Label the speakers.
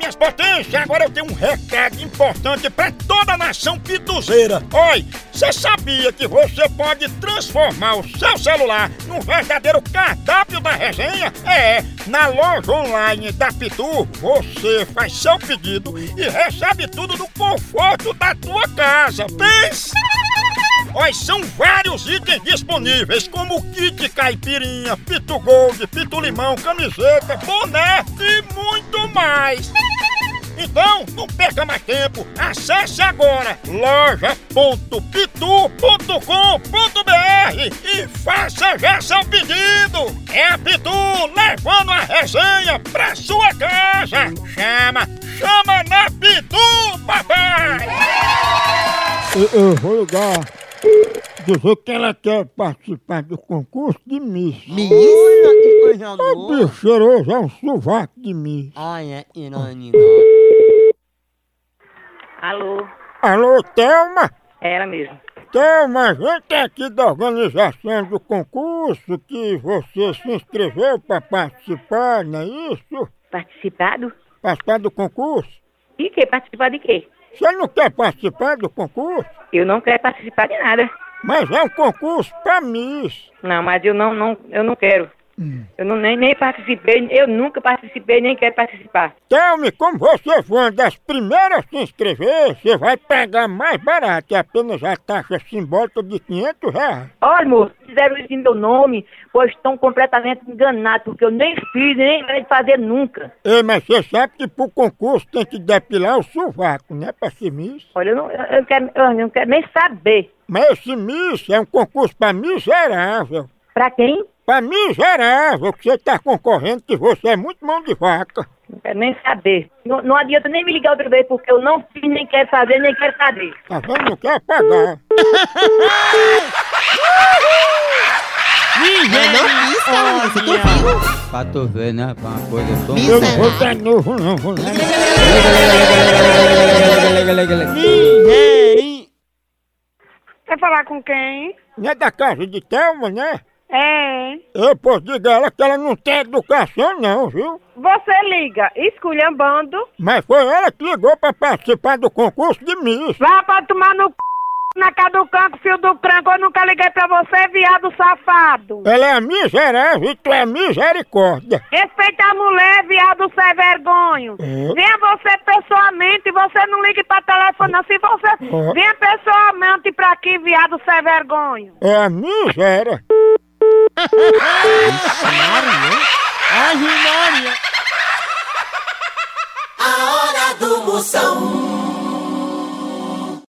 Speaker 1: das potências, agora eu tenho um recado importante pra toda a nação pituzeira. Oi, você sabia que você pode transformar o seu celular num verdadeiro cardápio da resenha? É, na loja online da Pitu, você faz seu pedido e recebe tudo no conforto da tua casa. Pensa! Olha, são vários itens disponíveis, como kit caipirinha, pitu gold, pitu limão, camiseta, boné e muito mais. Então, não perca mais tempo, acesse agora loja.pitu.com.br e faça já seu pedido. É a Pitu levando a resenha pra sua casa. Chama, chama na Pitu, papai!
Speaker 2: Eu, eu vou ligar, dizer que ela quer participar do concurso de Miss.
Speaker 3: Menina, que coisa
Speaker 2: O
Speaker 3: louca!
Speaker 2: bicho cheiroso é um sovaco de Miss.
Speaker 3: Olha, Irani.
Speaker 4: Alô,
Speaker 2: Alô, Thelma?
Speaker 4: é ela mesmo.
Speaker 2: Thelma, a gente é aqui da organização do concurso que você se inscreveu para participar, não é isso?
Speaker 4: Participado?
Speaker 2: Participar do concurso?
Speaker 4: De quê? Participar de quê?
Speaker 2: Você não quer participar do concurso?
Speaker 4: Eu não quero participar de nada.
Speaker 2: Mas é um concurso para Miss.
Speaker 4: Não, mas eu não, não, eu não quero. Eu não, nem, nem participei, eu nunca participei, nem quero participar.
Speaker 2: Thelma, como você foi uma das primeiras a se inscrever, você vai pagar mais barato, é apenas a taxa simbólica de 500 reais.
Speaker 4: Olha, moço, fizeram isso em meu nome, pois estão completamente enganados, porque eu nem fiz, nem quero fazer nunca.
Speaker 2: Ei, mas você sabe que pro concurso tem que depilar o sovaco, né, pra ser Miss?
Speaker 4: Olha, eu não, eu, eu quero, eu não quero nem saber.
Speaker 2: Mas esse Miss é um concurso pra miserável.
Speaker 4: Pra quem?
Speaker 2: Pra miserável, que você tá concorrendo que você é muito mão de vaca.
Speaker 4: Não quero nem saber. Não, não adianta nem me ligar outra vez, porque eu não fiz, nem quero fazer, nem quero saber.
Speaker 2: Tá vendo? Não quer pagar.
Speaker 3: Mas não pisca, ela você tu viu?
Speaker 5: Pra tu ver, né? Pra uma coisa tão...
Speaker 2: Eu não vou dar novo, não, vou lá. é,
Speaker 3: Miserin.
Speaker 6: Quer falar com quem?
Speaker 2: Não é da casa de Thelma, né?
Speaker 6: É.
Speaker 2: Eu posso diga a ela que ela não tem educação, não, viu?
Speaker 6: Você liga, esculhambando,
Speaker 2: Mas foi ela que ligou pra participar do concurso de Miss.
Speaker 6: vá pra tomar no c... na cara do canto, fio do cranco, eu nunca liguei pra você, viado safado.
Speaker 2: Ela é a miserável e tu é a misericórdia.
Speaker 6: Respeita a mulher, viado sem vergonho.
Speaker 2: É.
Speaker 6: Venha você pessoalmente, você não ligue pra telefone, não. Se você.
Speaker 2: É.
Speaker 6: Venha pessoalmente pra aqui, viado sem vergonho.
Speaker 2: É a miséria.
Speaker 3: Ai, Maria.
Speaker 7: A hora do Moção.